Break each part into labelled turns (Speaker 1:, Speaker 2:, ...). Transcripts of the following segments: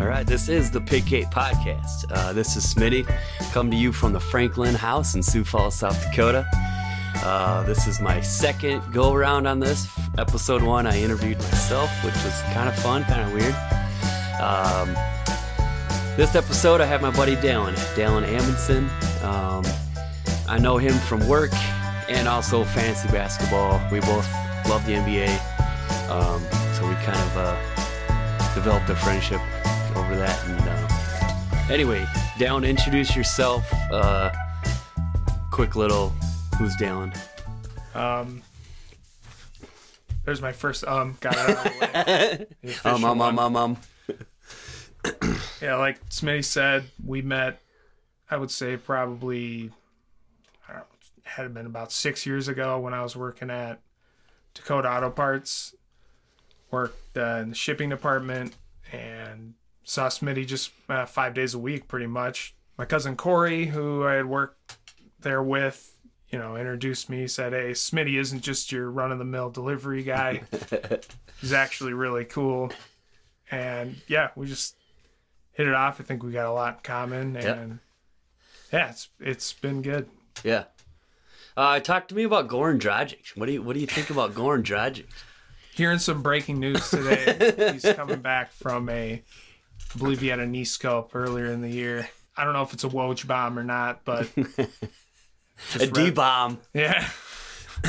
Speaker 1: All right, this is the Pig Gate Podcast. Uh, this is Smitty, come to you from the Franklin House in Sioux Falls, South Dakota. Uh, this is my second go around on this. Episode one, I interviewed myself, which was kind of fun, kind of weird. Um, this episode, I have my buddy Dallin, Dallin Amundsen. Um, I know him from work and also fantasy basketball. We both love the NBA, um, so we kind of uh, developed a friendship over that. And uh, anyway, Dallin, introduce yourself. Uh, quick little, who's Dallin?
Speaker 2: Um, there's my first um. Got it out of the way. The
Speaker 1: Um,
Speaker 2: official
Speaker 1: um, um,
Speaker 2: one.
Speaker 1: um, um.
Speaker 2: Yeah, like Smitty said, we met. I would say probably, I don't know, had been about six years ago when I was working at Dakota Auto Parts. Worked uh, in the shipping department and saw Smitty just uh, five days a week, pretty much. My cousin Corey, who I had worked there with, you know, introduced me. Said, "Hey, Smitty isn't just your run-of-the-mill delivery guy. He's actually really cool." And yeah, we just hit it off. I think we got a lot in common, and
Speaker 1: Yep.
Speaker 2: yeah, it's it's been good.
Speaker 1: Yeah. Uh, talk to me about Goran Dragic. What do you What do you think about Goran Dragic?
Speaker 2: Hearing some breaking news today, he's coming back from a, I believe he had a knee scope earlier in the year. I don't know if it's a Woj bomb or not, but
Speaker 1: A D bomb.
Speaker 2: yeah,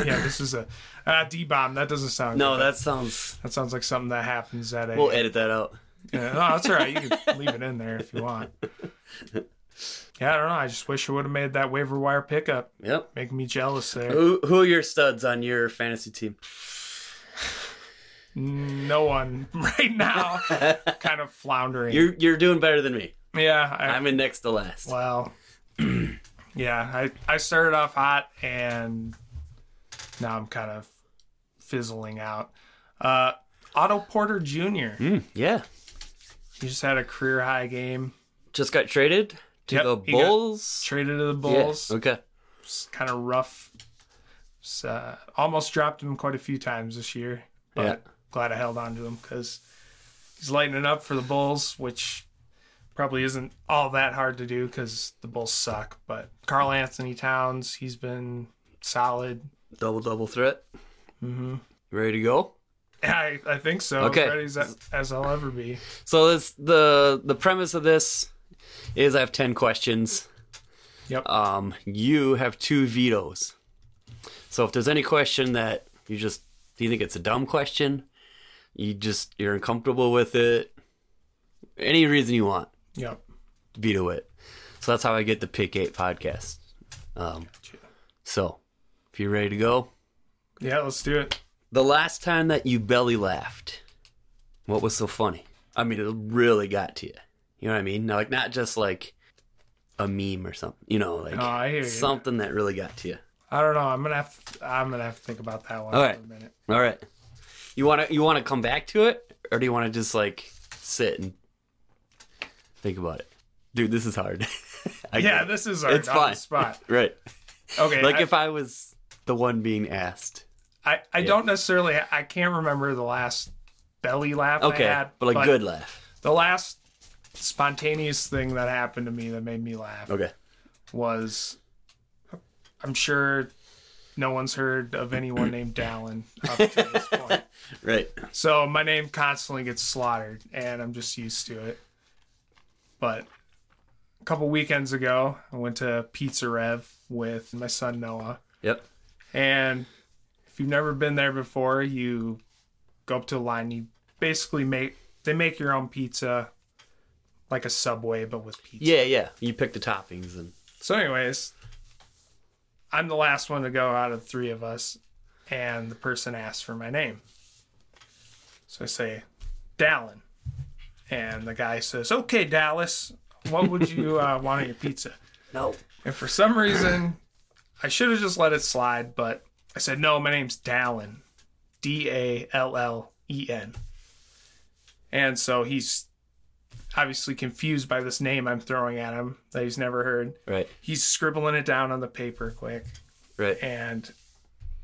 Speaker 2: yeah, this is a uh, D bomb. That doesn't sound
Speaker 1: No,
Speaker 2: good.
Speaker 1: that sounds.
Speaker 2: that sounds like something that happens at a.
Speaker 1: We'll edit that out.
Speaker 2: Yeah, no, that's all right. You can leave it in there if you want. Yeah, I don't know. I just wish I would have made that waiver wire pickup.
Speaker 1: Yep.
Speaker 2: Making me jealous there.
Speaker 1: Who Who are your studs on your fantasy team?
Speaker 2: no one right now. kind of floundering.
Speaker 1: You're You're doing better than me.
Speaker 2: yeah, I,
Speaker 1: I'm in next to last.
Speaker 2: well, yeah, I I started off hot and now I'm kind of fizzling out. Uh, Otto Porter Jr.
Speaker 1: Hmm. Yeah.
Speaker 2: He just had a career high game.
Speaker 1: Just got traded to
Speaker 2: Yep,
Speaker 1: the
Speaker 2: he got
Speaker 1: Bulls.
Speaker 2: Traded to the Bulls.
Speaker 1: Yes. Okay.
Speaker 2: It's kind of rough. It's, uh, almost dropped him quite a few times this year, but
Speaker 1: Yeah.
Speaker 2: glad I held on to him because he's lighting it up for the Bulls, which probably isn't all that hard to do because the Bulls suck. But Carl Anthony Towns, he's been solid.
Speaker 1: Double double threat. Mm-hmm. Ready to go?
Speaker 2: I, I think so.
Speaker 1: Okay.
Speaker 2: Ready as, as I'll ever be.
Speaker 1: So this the the premise of this is I have ten questions.
Speaker 2: Yep.
Speaker 1: Um, you have two vetoes. So if there's any question that you just do you think it's a dumb question, you just you're uncomfortable with it, any reason you want,
Speaker 2: Yep.
Speaker 1: veto it. So that's how I get the pick eight podcast. Um, so if you're ready to go,
Speaker 2: Yeah, let's do it.
Speaker 1: the last time that you belly laughed, what was so funny? I mean, it really got to you. You know what I mean? Now, like not just like a meme or something. You know, like
Speaker 2: Oh, I hear you.
Speaker 1: something that really got to you.
Speaker 2: I don't know. I'm gonna have to, I'm gonna have to think about that one
Speaker 1: All
Speaker 2: for
Speaker 1: right.
Speaker 2: a minute.
Speaker 1: All right. You want to you want to come back to it, or do you want to just like sit and think about it? Dude, this is hard. I
Speaker 2: Yeah,
Speaker 1: get it.
Speaker 2: this is our
Speaker 1: It's
Speaker 2: on
Speaker 1: fine.
Speaker 2: the spot.
Speaker 1: right.
Speaker 2: Okay.
Speaker 1: Like
Speaker 2: I-
Speaker 1: if I was the one being asked.
Speaker 2: I, I don't necessarily I can't remember the last belly laugh
Speaker 1: Okay,
Speaker 2: I had.
Speaker 1: but like good laugh.
Speaker 2: The last spontaneous thing that happened to me that made me laugh
Speaker 1: Okay.
Speaker 2: was I'm sure no one's heard of anyone named Dallin up to this point.
Speaker 1: Right.
Speaker 2: So my name constantly gets slaughtered and I'm just used to it. But a couple weekends ago, I went to Pizza Rev with my son Noah.
Speaker 1: Yep.
Speaker 2: And if you've never been there before, you go up to a line. You basically make they make your own pizza, like a Subway but with pizza.
Speaker 1: Yeah, yeah. You pick the toppings and
Speaker 2: So, anyways, I'm the last one to go out of the three of us, and the person asks for my name. So I say, Dallin, and the guy says, "Okay, Dallas, what would you uh, want on your pizza?"
Speaker 1: no.
Speaker 2: And for some reason, I should have just let it slide, but I said, no, my name's Dallin. D A L L E N. And so he's obviously confused by this name I'm throwing at him that he's never heard.
Speaker 1: Right.
Speaker 2: He's scribbling it down on the paper quick
Speaker 1: Right.
Speaker 2: and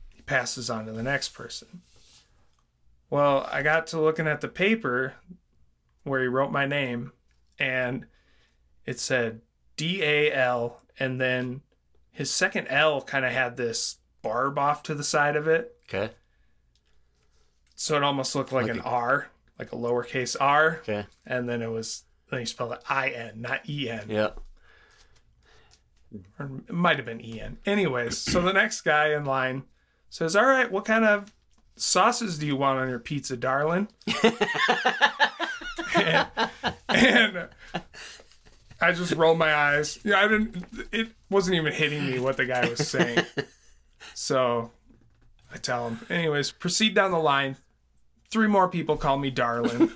Speaker 2: he passes on to the next person. Well, I got to looking at the paper where he wrote my name, and it said D A L, and then his second L kind of had this barb off to the side of it,
Speaker 1: Okay.
Speaker 2: so it almost looked like,
Speaker 1: Like
Speaker 2: an
Speaker 1: a-
Speaker 2: R, like a lowercase R,
Speaker 1: Okay.
Speaker 2: and then it was then you spelled it I N, not E N.
Speaker 1: Yeah.
Speaker 2: or it might have been Ian. Anyways, so the next guy in line says, "All right, what kind of sauces do you want on your pizza, darling?" and, and I just rolled my eyes. Yeah, I didn't. It wasn't even hitting me what the guy was saying. So I tell him. Anyways, proceed down the line. Three more people call me darling.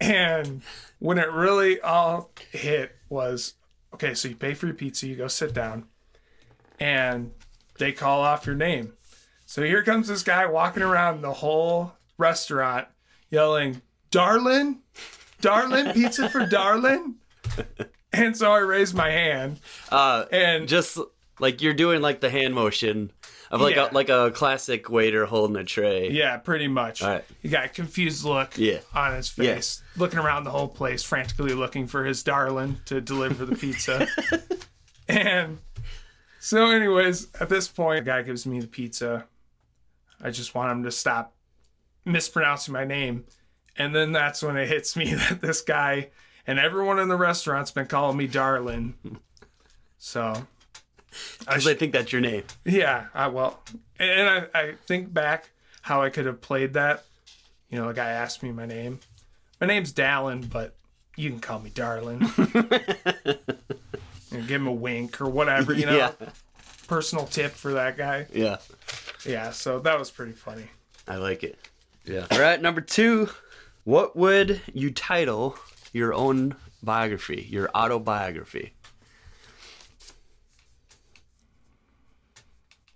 Speaker 2: and when it really all hit was okay, so you pay for your pizza, you go sit down, and they call off your name. So here comes this guy walking around the whole restaurant yelling, Darlin, Darlin, pizza for Darlin. And so I raised my hand
Speaker 1: Uh,
Speaker 2: and
Speaker 1: just like you're doing like the hand motion of like
Speaker 2: Yeah.
Speaker 1: a like a classic waiter holding a tray.
Speaker 2: Yeah, pretty much.
Speaker 1: All right.
Speaker 2: He got a confused look
Speaker 1: Yeah.
Speaker 2: on his face, looking around the whole place, frantically looking for his darling to deliver the pizza. and so, anyways, at this point, the guy gives me the pizza. I just want him to stop mispronouncing my name. And then that's when it hits me that this guy and everyone in the restaurant's been calling me darling. So
Speaker 1: Because I think that's your name.
Speaker 2: yeah, I well, and I, I think back how I could have played that. You know, the guy asked me my name. My name's Dallin, but you can call me Darlin. and give him a wink or whatever, you know.
Speaker 1: Yeah.
Speaker 2: Personal tip for that guy.
Speaker 1: Yeah.
Speaker 2: Yeah, so that was pretty funny.
Speaker 1: I like it. Yeah. All right, number two. What would you title your own biography, your autobiography?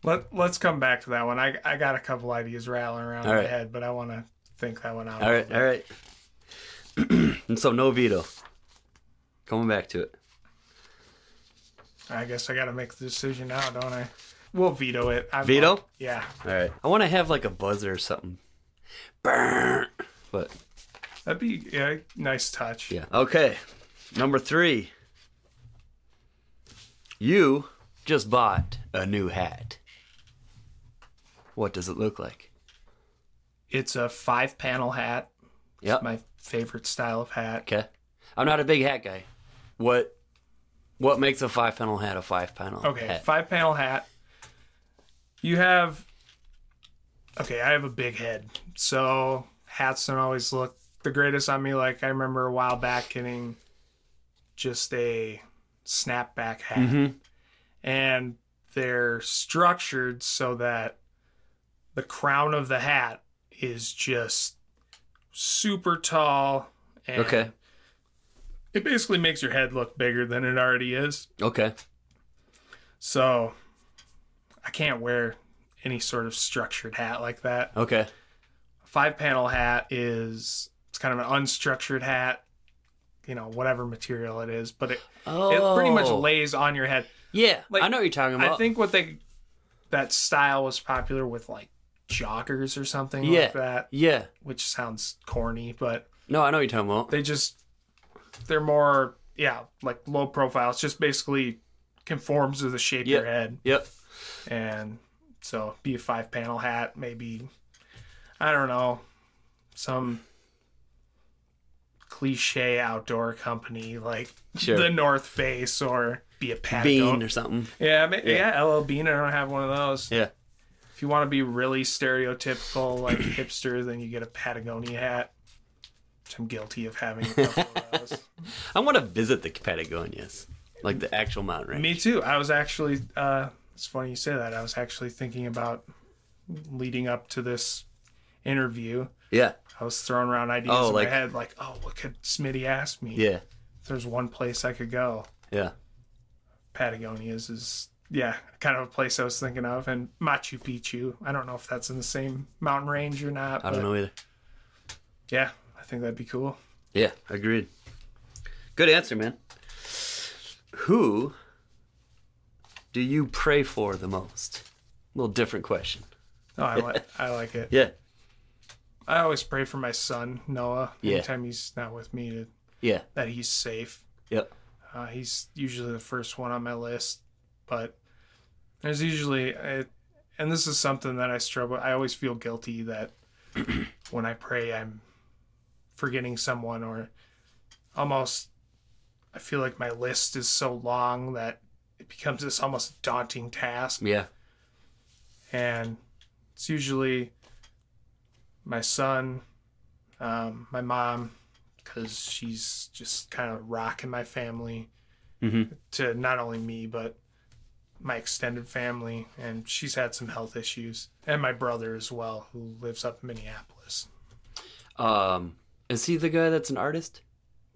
Speaker 2: Let Let's come back to that one. I I got a couple ideas rattling around
Speaker 1: All
Speaker 2: in
Speaker 1: right.
Speaker 2: my head, but I want to think that one out.
Speaker 1: All right, all right. and so no veto. Coming back to it.
Speaker 2: I guess I got to make the decision now, don't I? We'll veto it. I'm
Speaker 1: Veto?
Speaker 2: yeah,
Speaker 1: All right. I want to have like a buzzer or something. Burn. But
Speaker 2: that'd be yeah, nice touch.
Speaker 1: yeah. Okay. Number three. You just bought a new hat. What does it look like?
Speaker 2: It's a five panel hat.
Speaker 1: Yep.
Speaker 2: My favorite style of hat.
Speaker 1: Okay. I'm not a big hat guy. What what makes a five panel hat a five panel?
Speaker 2: Okay,
Speaker 1: hat?
Speaker 2: five panel hat. You have. Okay, I have a big head, so hats don't always look the greatest on me. Like I remember a while back getting just a snapback
Speaker 1: Mm-hmm.
Speaker 2: hat, and they're structured so that the crown of the hat is just super tall. And
Speaker 1: Okay.
Speaker 2: it basically makes your head look bigger than it already is.
Speaker 1: Okay.
Speaker 2: So I can't wear any sort of structured hat like that.
Speaker 1: Okay.
Speaker 2: Five panel hat is it's kind of an unstructured hat, you know, whatever material it is, but it,
Speaker 1: Oh.
Speaker 2: it pretty much lays on your head.
Speaker 1: Yeah.
Speaker 2: like,
Speaker 1: I know what you're talking about.
Speaker 2: I think what they that style was popular with like joggers or something
Speaker 1: Yeah.
Speaker 2: like that,
Speaker 1: Yeah.
Speaker 2: which sounds corny, but
Speaker 1: No, I know what you're talking about.
Speaker 2: they just they're more yeah, like low profile. It's just basically conforms to the shape of your
Speaker 1: Yeah.
Speaker 2: head.
Speaker 1: Yep.
Speaker 2: and so be a five panel hat maybe i don't know some cliche outdoor company like
Speaker 1: Sure.
Speaker 2: the north face or be a Pat
Speaker 1: Bean or something.
Speaker 2: yeah, ma- yeah yeah ll bean i don't have one of those
Speaker 1: Yeah.
Speaker 2: if you want to be really stereotypical like hipster then you get a patagonia hat which i'm guilty of having a couple of those
Speaker 1: I want to visit the Patagonias, like the actual mountain range.
Speaker 2: Me too. I was actually. Uh, it's funny you say that. I was actually thinking about leading up to this interview.
Speaker 1: Yeah.
Speaker 2: I was throwing around ideas
Speaker 1: Oh,
Speaker 2: in
Speaker 1: like-
Speaker 2: my head, like, "Oh, what could Smitty ask me?
Speaker 1: Yeah.
Speaker 2: If there's one place I could go,
Speaker 1: Yeah.
Speaker 2: Patagonia's is yeah, kind of a place I was thinking of, and Machu Picchu. I don't know if that's in the same mountain range or not.
Speaker 1: I don't
Speaker 2: but
Speaker 1: know either.
Speaker 2: Yeah, I think that'd be cool.
Speaker 1: Yeah. Agreed. Good answer, man. Who do you pray for the most? A little different question.
Speaker 2: No, Oh, I like I like it.
Speaker 1: Yeah.
Speaker 2: I always pray for my son Noah
Speaker 1: Yeah.
Speaker 2: anytime he's not with me to
Speaker 1: Yeah.
Speaker 2: that he's safe.
Speaker 1: Yep.
Speaker 2: Uh, he's usually the first one on my list, but there's usually, I, and this is something that I struggle. I always feel guilty that when I pray, I'm forgetting someone, or almost I feel like my list is so long that it becomes this almost daunting task.
Speaker 1: Yeah.
Speaker 2: And it's usually my son, um, my mom, because she's just kind of rocking my family
Speaker 1: Mm-hmm.
Speaker 2: to not only me but my extended family and she's had some health issues and my brother as well who lives up in minneapolis
Speaker 1: Um, is he the guy that's an artist?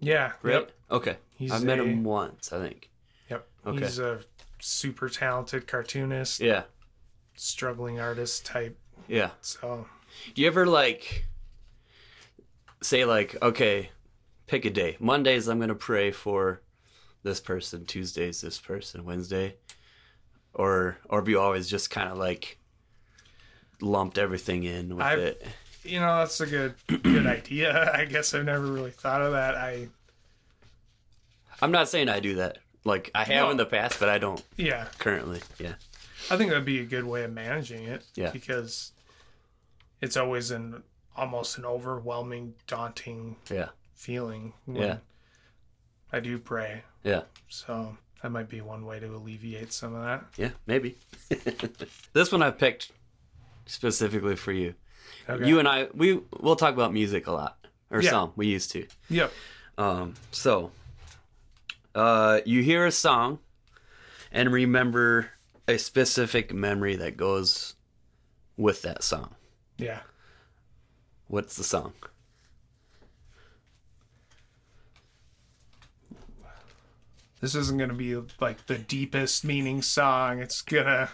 Speaker 2: yeah
Speaker 1: Right.
Speaker 2: yep
Speaker 1: Okay.
Speaker 2: He's
Speaker 1: I've met
Speaker 2: a-
Speaker 1: him once, I think.
Speaker 2: yep
Speaker 1: Okay.
Speaker 2: he's a super talented cartoonist
Speaker 1: Yeah.
Speaker 2: struggling artist type
Speaker 1: Yeah.
Speaker 2: so
Speaker 1: Do you ever like say like, okay, pick a day. Mondays I'm gonna pray for this person, Tuesdays this person, Wednesday. Or or have you always just kinda like lumped everything in with
Speaker 2: I've-
Speaker 1: it?
Speaker 2: you know that's a good good idea i guess i've never really thought of that i
Speaker 1: I'm not saying I do that. Like I have
Speaker 2: No.
Speaker 1: in the past, but I don't
Speaker 2: yeah
Speaker 1: currently. Yeah.
Speaker 2: I think that'd be a good way of managing it.
Speaker 1: Yeah.
Speaker 2: Because it's always an almost an overwhelming, daunting
Speaker 1: Yeah.
Speaker 2: feeling when
Speaker 1: Yeah.
Speaker 2: I do pray.
Speaker 1: Yeah.
Speaker 2: So that might be one way to alleviate some of that.
Speaker 1: Yeah, maybe. this one I picked specifically for you.
Speaker 2: Okay.
Speaker 1: You and I we we'll talk about music a lot. Or
Speaker 2: Yeah.
Speaker 1: some. We used to.
Speaker 2: yep.
Speaker 1: Um, so, uh, you hear a song and remember a specific memory that goes with that song.
Speaker 2: Yeah.
Speaker 1: What's the song?
Speaker 2: This isn't gonna be like the deepest meaning song. It's gonna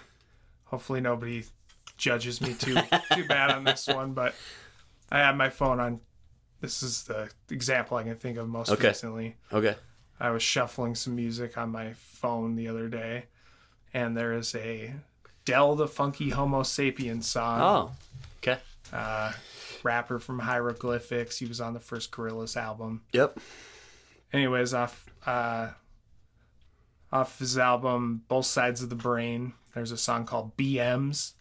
Speaker 2: hopefully nobody judges me too too bad on this one, but I had my phone on this is the example I can think of most
Speaker 1: Okay.
Speaker 2: recently.
Speaker 1: Okay.
Speaker 2: I was shuffling some music on my phone the other day, and there is a Dell the Funky Homo Sapien song.
Speaker 1: Oh, okay.
Speaker 2: Uh, rapper from Hieroglyphics. He was on the first Gorillaz album.
Speaker 1: Yep.
Speaker 2: Anyways, off uh, off his album Both Sides of the Brain, there's a song called BMs,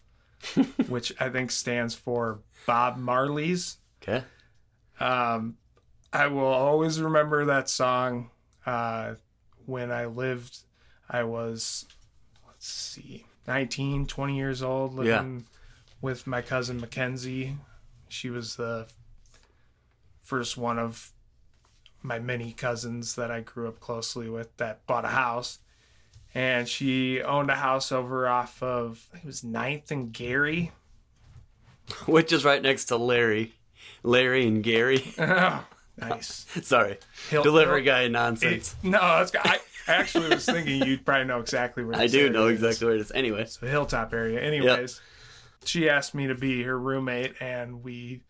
Speaker 2: which I think stands for Bob Marley's.
Speaker 1: Okay.
Speaker 2: Um, I will always remember that song. Uh, when I lived, I was, let's see, 19, 20 years old,
Speaker 1: Yeah.
Speaker 2: living with my cousin Mackenzie. She was the first one of my many cousins that I grew up closely with that bought a house. And she owned a house over off of, I think it was Ninth and Gary.
Speaker 1: Which is right next to Larry. Larry and Gary.
Speaker 2: nice.
Speaker 1: Sorry.
Speaker 2: Hill-
Speaker 1: Delivery
Speaker 2: Hill-
Speaker 1: guy nonsense.
Speaker 2: It- no, that's, I I actually was thinking you'd probably know exactly where.
Speaker 1: I
Speaker 2: this
Speaker 1: do
Speaker 2: area
Speaker 1: know
Speaker 2: is.
Speaker 1: exactly where it is. Anyway.
Speaker 2: It's the hilltop area. Anyways, she asked me to be her roommate, and we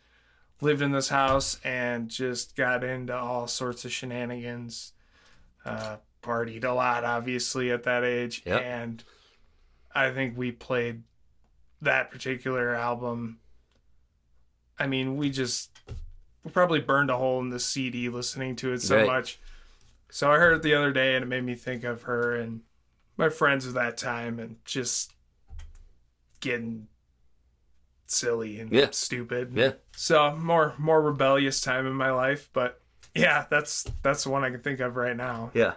Speaker 2: lived in this house and just got into all sorts of shenanigans. Uh, partied a lot, obviously, at that age,
Speaker 1: Yep.
Speaker 2: and I think we played that particular album. I mean, we just we probably burned a hole in the CD listening to it so
Speaker 1: Right.
Speaker 2: much. So I heard it the other day, and it made me think of her and my friends of that time, and just getting silly and
Speaker 1: Yeah.
Speaker 2: stupid.
Speaker 1: Yeah.
Speaker 2: So more more rebellious time in my life, but yeah, that's that's the one I can think of right now.
Speaker 1: Yeah.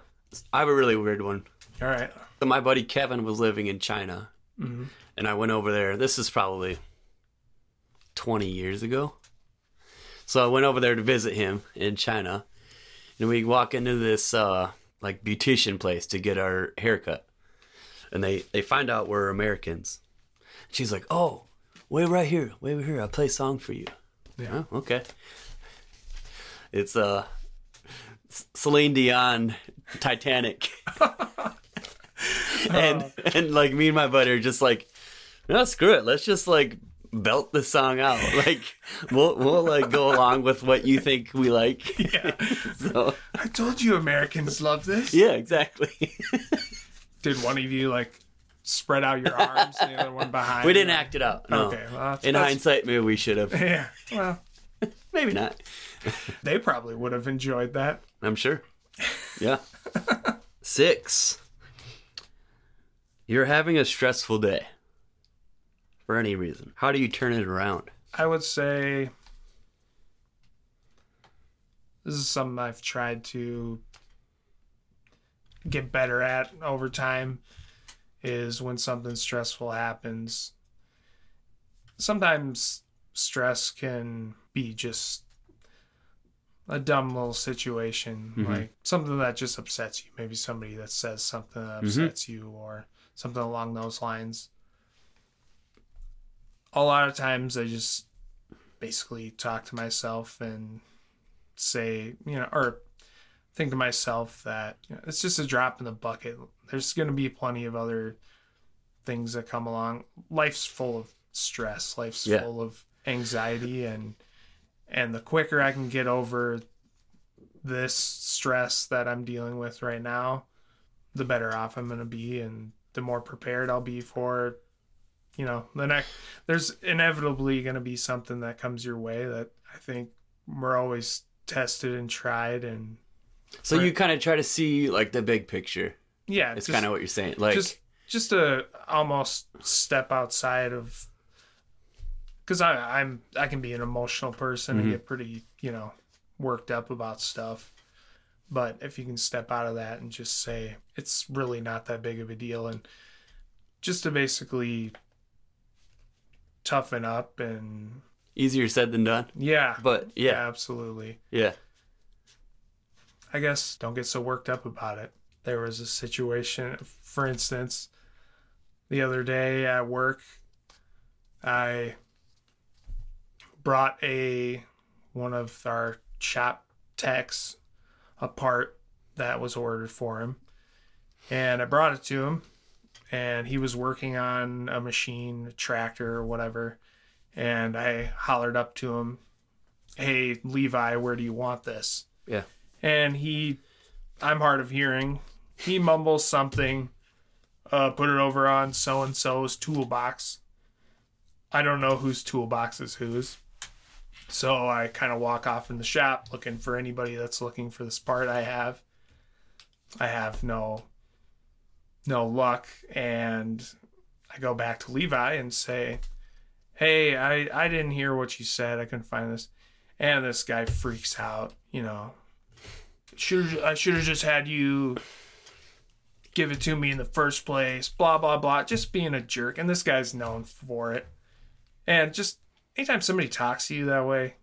Speaker 1: I have a really weird one.
Speaker 2: All right.
Speaker 1: So my buddy Kevin was living in China
Speaker 2: Mhm.
Speaker 1: and I went over there. This is probably 20 years ago. So I went over there to visit him in China, and we walk into this uh, like beautician place to get our haircut, and they they find out we're Americans. She's like, "Oh, wait right here, wait right here. I'll play a song for you."
Speaker 2: Yeah.
Speaker 1: Oh, okay. It's uh, C- Celine Dion, Titanic, and and like me and my buddy are just like, no, screw it. Let's just like belt the song out. Like we'll we'll like go along with what you think we like.
Speaker 2: Yeah.
Speaker 1: So
Speaker 2: I told you Americans love this.
Speaker 1: yeah, exactly.
Speaker 2: Did one of you like spread out your arms, and the other one behind?
Speaker 1: we didn't
Speaker 2: you?
Speaker 1: act it out. No.
Speaker 2: Okay. Well, that's-
Speaker 1: In
Speaker 2: that's-
Speaker 1: hindsight, maybe we should have.
Speaker 2: Yeah. Well,
Speaker 1: Maybe not.
Speaker 2: they probably would have enjoyed that.
Speaker 1: I'm sure. Yeah. Six. You're having a stressful day for any reason. How do you turn it around?
Speaker 2: I would say this is something I've tried to get better at over time is when something stressful happens. Sometimes stress can be just a dumb little situation,
Speaker 1: Mhm.
Speaker 2: like something that just upsets you. Maybe somebody that says something that upsets you or something along those lines. A lot of times I just basically talk to myself and say, you know, or think to myself that you know, it's just a drop in the bucket. There's going to be plenty of other things that come along. Life's full of stress. Life's
Speaker 1: Yeah.
Speaker 2: full of anxiety, and and the quicker I can get over this stress that I'm dealing with right now, the better off I'm going to be, and the more prepared I'll be for, you know, the next. There's inevitably going to be something that comes your way that I think we're always tested and tried and
Speaker 1: So
Speaker 2: Right.
Speaker 1: you kind of try to see like the big picture.
Speaker 2: yeah
Speaker 1: It's
Speaker 2: just-
Speaker 1: kind of what you're saying. Like
Speaker 2: just just a almost step outside of because I I'm I can be an emotional person
Speaker 1: Mm-hmm.
Speaker 2: and get pretty you know worked up about stuff, but if you can step out of that and just say it's really not that big of a deal and just to basically toughen up and
Speaker 1: easier said than done.
Speaker 2: yeah
Speaker 1: But yeah,
Speaker 2: absolutely
Speaker 1: yeah.
Speaker 2: I guess don't get so worked up about it. There was a situation, for instance, the other day at work, I brought a one of our shop techs a part that was ordered for him, and I brought it to him, and he was working on a machine, a tractor, or whatever, and I hollered up to him, "Hey Levi, where do you want this?"
Speaker 1: Yeah.
Speaker 2: and he I'm hard of hearing. He mumbles something, uh, put it over on so and so's toolbox. I don't know whose toolbox is whose. So I kind of walk off in the shop looking for anybody that's looking for this part I have. I have no no luck and I go back to Levi and say, "Hey, I I didn't hear what you said. I couldn't find this." And this guy freaks out, you know, should I should have just had you give it to me in the first place. Blah blah blah. Just being a jerk, and this guy's known for it. And just anytime somebody talks to you that way,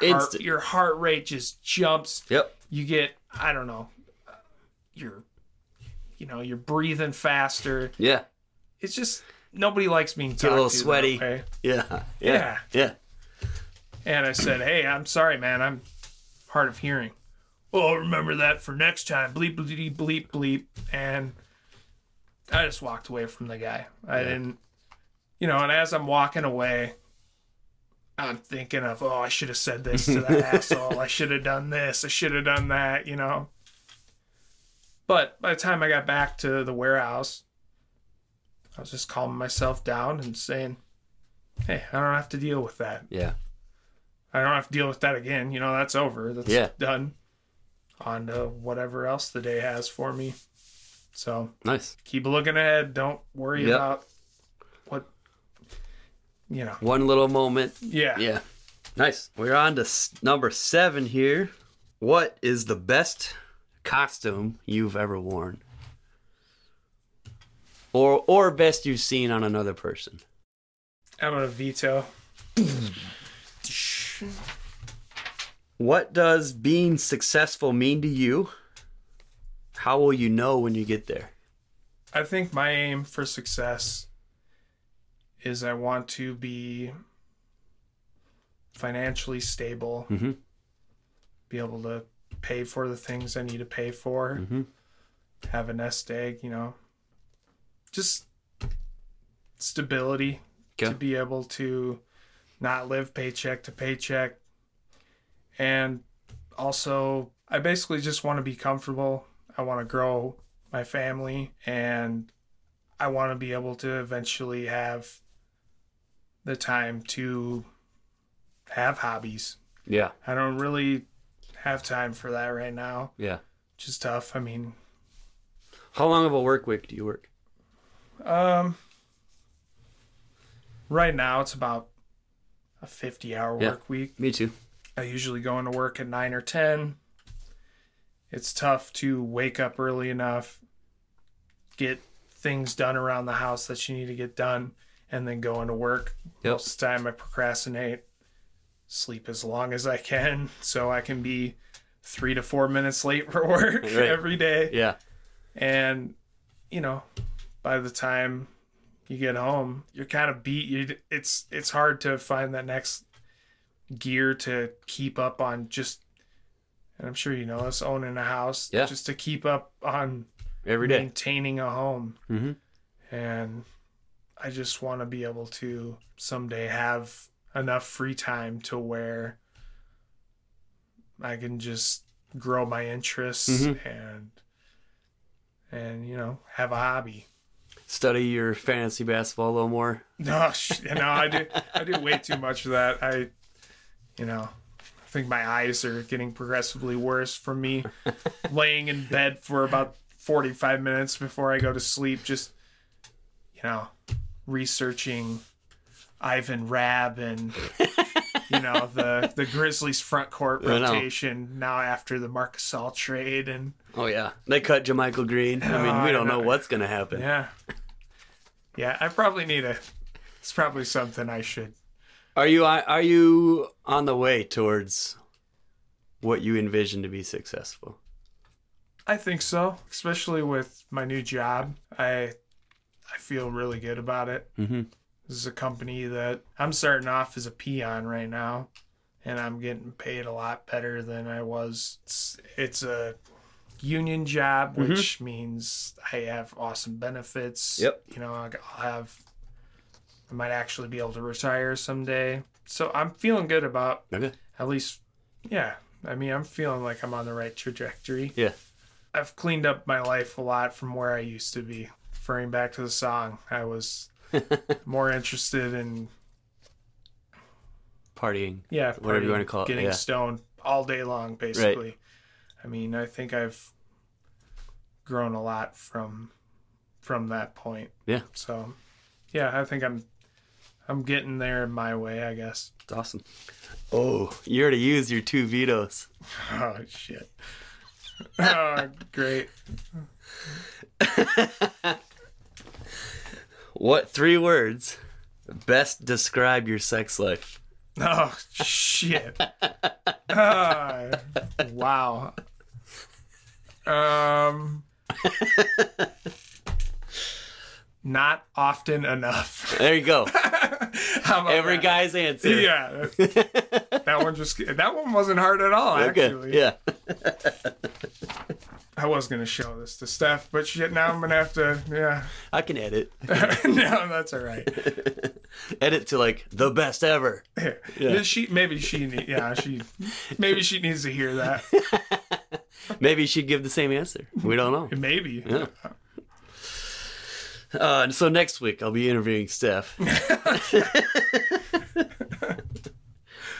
Speaker 2: heart,
Speaker 1: Instant.
Speaker 2: your heart rate just jumps.
Speaker 1: Yep.
Speaker 2: You get I don't know, uh, you're you know you're breathing faster.
Speaker 1: Yeah.
Speaker 2: It's just nobody likes being talked
Speaker 1: a little
Speaker 2: to that
Speaker 1: sweaty.
Speaker 2: way.
Speaker 1: Yeah. Yeah.
Speaker 2: Yeah.
Speaker 1: Yeah.
Speaker 2: And I said, "Hey, I'm sorry, man. I'm hard of hearing." Well, I'll remember that for next time. Bleep bleep bleep bleep. And I just walked away from the guy. I didn't, you know. And as I'm walking away, I'm thinking of, "Oh, I should have said this to that asshole. I should have done this. I should have done that." You know. But by the time I got back to the warehouse, I was just calming myself down and saying, "Hey, I don't have to deal with that."
Speaker 1: Yeah.
Speaker 2: I don't have to deal with that again. You know, that's over. That's
Speaker 1: Yeah.
Speaker 2: done. On to whatever else the day has for me. So
Speaker 1: Nice.
Speaker 2: keep looking ahead. Don't worry
Speaker 1: Yep.
Speaker 2: about what, you know.
Speaker 1: One little moment.
Speaker 2: Yeah.
Speaker 1: Yeah. Nice. We're on to s- number seven here. What is the best costume you've ever worn? Or or best you've seen on another person?
Speaker 2: I'm going to veto.
Speaker 1: What does being successful mean to you? How will you know when you get there?
Speaker 2: I think my aim for success is I want to be financially stable,
Speaker 1: Mhm.
Speaker 2: be able to pay for the things I need to pay for,
Speaker 1: Mhm.
Speaker 2: have a nest egg, you know, just stability
Speaker 1: Okay.
Speaker 2: to be able to not live paycheck to paycheck. And also, I basically just want to be comfortable. I want to grow my family and I want to be able to eventually have the time to have hobbies.
Speaker 1: Yeah.
Speaker 2: I don't really have time for that right now,
Speaker 1: Yeah.
Speaker 2: which is tough. I mean,
Speaker 1: How long of a work week do you work?
Speaker 2: um, right now it's about a 50 hour
Speaker 1: Yeah.
Speaker 2: work week.
Speaker 1: Me too.
Speaker 2: I usually go into work at 9 or 10. It's tough to wake up early enough, get things done around the house that you need to get done, and then go into work.
Speaker 1: Yep.
Speaker 2: Most of the time, I procrastinate, sleep as long as I can so I can be three to four minutes late for work
Speaker 1: Right.
Speaker 2: every day.
Speaker 1: Yeah.
Speaker 2: And, you know, by the time you get home, you're kind of beat. You it's it's hard to find that next gear to keep up on just and I'm sure you know us owning a house.
Speaker 1: Yeah.
Speaker 2: Just to keep up on
Speaker 1: Every day.
Speaker 2: maintaining a home.
Speaker 1: Mhm.
Speaker 2: And I just want to be able to someday have enough free time to where I can just grow my interests
Speaker 1: Mhm.
Speaker 2: and and you know have a hobby.
Speaker 1: Study your fantasy basketball a little more.
Speaker 2: No, sh- no, I do. I do way too much of that. I, you know, I think my eyes are getting progressively worse from me laying in bed for about forty-five minutes before I go to sleep. Just, you know, researching Ivan Rab and you know the the Grizzlies front court
Speaker 1: I know.
Speaker 2: rotation now after the Marcus All trade and
Speaker 1: Oh yeah. They cut Jamichael Green. I mean,
Speaker 2: Oh,
Speaker 1: we
Speaker 2: I
Speaker 1: don't know
Speaker 2: know.
Speaker 1: what's gonna happen.
Speaker 2: yeah, yeah. I probably need a. It's probably something I should
Speaker 1: Are you are you on the way towards what you envision to be successful?
Speaker 2: I think so, especially with my new job. I I feel really good about it.
Speaker 1: Mm-hmm.
Speaker 2: This is a company that I'm starting off as a peon right now, and I'm getting paid a lot better than I was. It's, it's a union job,
Speaker 1: Mhm.
Speaker 2: which means I have awesome benefits.
Speaker 1: Yep.
Speaker 2: You know, I'll have. I might actually be able to retire someday, so I'm feeling good about
Speaker 1: Okay.
Speaker 2: at least yeah i mean i'm feeling like i'm on the right trajectory
Speaker 1: Yeah.
Speaker 2: i've cleaned up my life a lot from where i used to be referring back to the song i was more interested in
Speaker 1: Partying.
Speaker 2: yeah
Speaker 1: Whatever you wanna call it,
Speaker 2: getting
Speaker 1: yeah.
Speaker 2: stoned all day long basically i mean i think i've grown a lot from from that point
Speaker 1: Yeah.
Speaker 2: so yeah i think i'm i'm getting there in my way i guess
Speaker 1: It's awesome. Oh, you're to use your two vetoes.
Speaker 2: oh shit oh great
Speaker 1: What three words best describe your sex life?
Speaker 2: Oh shit! Ah, wow. Um, not often enough.
Speaker 1: There you go.
Speaker 2: How about
Speaker 1: Every
Speaker 2: that?
Speaker 1: guy's answer.
Speaker 2: Yeah, that, that one just that one wasn't hard at all.
Speaker 1: Okay.
Speaker 2: Actually,
Speaker 1: Yeah.
Speaker 2: I was gonna show this to Steph, but shit, now I'm gonna have to. Yeah,
Speaker 1: I can edit.
Speaker 2: no, that's all right.
Speaker 1: edit to like the best ever.
Speaker 2: Did She maybe she need, yeah she maybe she needs to hear that.
Speaker 1: Maybe she'd give the same answer. We don't know.
Speaker 2: Maybe.
Speaker 1: Uh, so next week I'll be interviewing Steph.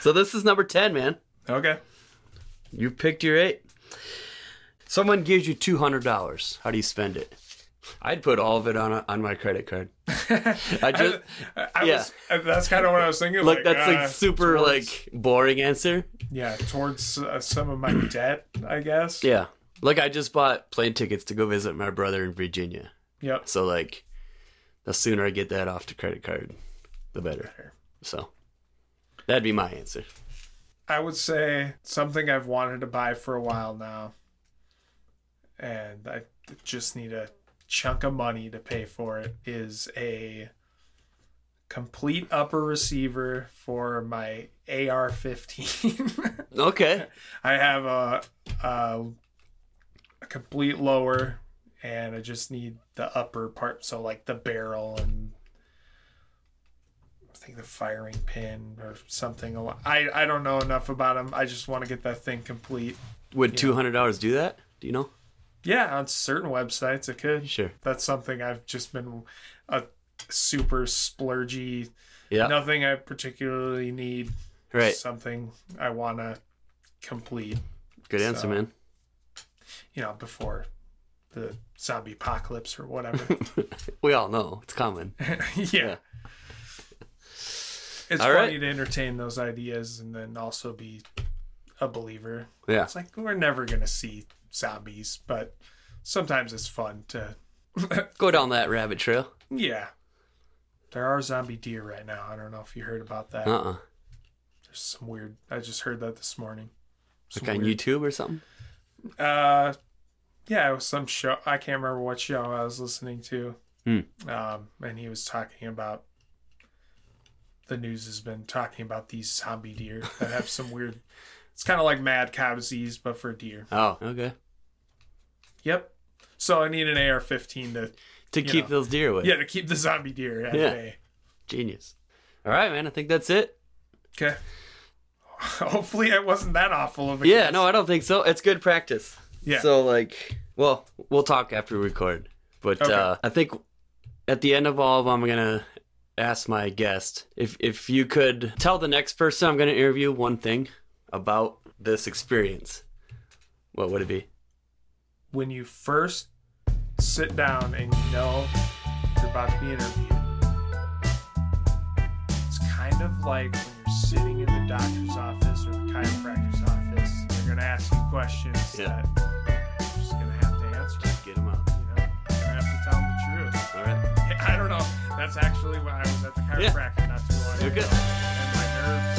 Speaker 1: so this is number 10, man.
Speaker 2: Okay.
Speaker 1: You picked your eight. Someone gives you $200. How do you spend it? I'd put all of it on a, on my credit card. I just
Speaker 2: I, I
Speaker 1: Yeah.
Speaker 2: was, uh, that's kind of what I was thinking.
Speaker 1: like that's
Speaker 2: uh,
Speaker 1: like super
Speaker 2: towards-
Speaker 1: like boring answer.
Speaker 2: yeah towards uh, some of my debt, I guess.
Speaker 1: Yeah. Like I just bought plane tickets to go visit my brother in Virginia.
Speaker 2: Yep.
Speaker 1: So like the sooner I get that off the credit card, the better. So that'd be my answer.
Speaker 2: I would say something I've wanted to buy for a while now, and I just need a chunk of money to pay for it. Is a complete upper receiver for my AR-15.
Speaker 1: Okay.
Speaker 2: I have a, a a complete lower, and I just need the upper part, so like the barrel and I think the firing pin or something. al- I I don't know enough about them. I just want to get that thing complete.
Speaker 1: Would two hundred dollars do that? Do you know?
Speaker 2: Yeah, on certain websites it could.
Speaker 1: Sure.
Speaker 2: That's something I've just been a super splurgy.
Speaker 1: Yeah.
Speaker 2: Nothing I particularly need.
Speaker 1: right.
Speaker 2: Something I want to complete.
Speaker 1: Good answer,
Speaker 2: So-
Speaker 1: man.
Speaker 2: You know, before the zombie apocalypse or whatever.
Speaker 1: We all know it's common.
Speaker 2: yeah. It's
Speaker 1: All
Speaker 2: funny
Speaker 1: right.
Speaker 2: to entertain those ideas and then also be a believer.
Speaker 1: Yeah.
Speaker 2: It's like we're never gonna see zombies, but sometimes it's fun to
Speaker 1: Go down that rabbit trail.
Speaker 2: Yeah. There are zombie deer right now. I don't know if you heard about that.
Speaker 1: Uh uh
Speaker 2: There's some weird I just heard that this morning. Some
Speaker 1: Like on
Speaker 2: weird-
Speaker 1: YouTube or something?
Speaker 2: Uh yeah, it was some show I can't remember what show I was listening to.
Speaker 1: Hmm.
Speaker 2: Um and he was talking about the news has been talking about these zombie deer that have some weird it's kinda like mad cow disease but for deer.
Speaker 1: Oh, okay.
Speaker 2: Yep. So I need an AR fifteen to
Speaker 1: To
Speaker 2: You
Speaker 1: keep
Speaker 2: know.
Speaker 1: those deer away.
Speaker 2: yeah, to keep the zombie deer at
Speaker 1: Yeah.
Speaker 2: bay.
Speaker 1: Genius. All right, man. I think that's it.
Speaker 2: Okay. Hopefully it wasn't that awful of a
Speaker 1: Yeah,
Speaker 2: guess.
Speaker 1: no, I don't think so. It's good practice.
Speaker 2: Yeah.
Speaker 1: So like, well, we'll talk after we record. But
Speaker 2: Okay.
Speaker 1: uh, I think at the end of all of them, I'm gonna ask my guest if if you could tell the next person I'm gonna interview one thing about this experience. What would it be?
Speaker 2: when you first sit down and you know you're about to be interviewed, it's kind of like when you're sitting in the doctor's office or the chiropractor's office. They're gonna ask you questions
Speaker 1: Yeah.
Speaker 2: that you're just gonna have to answer.
Speaker 1: Just get them out.
Speaker 2: You know, you're gonna have to tell them the truth.
Speaker 1: All right.
Speaker 2: I don't know. That's actually why I was at the chiropractor not too long
Speaker 1: You're
Speaker 2: ago.
Speaker 1: good.
Speaker 2: And my nerves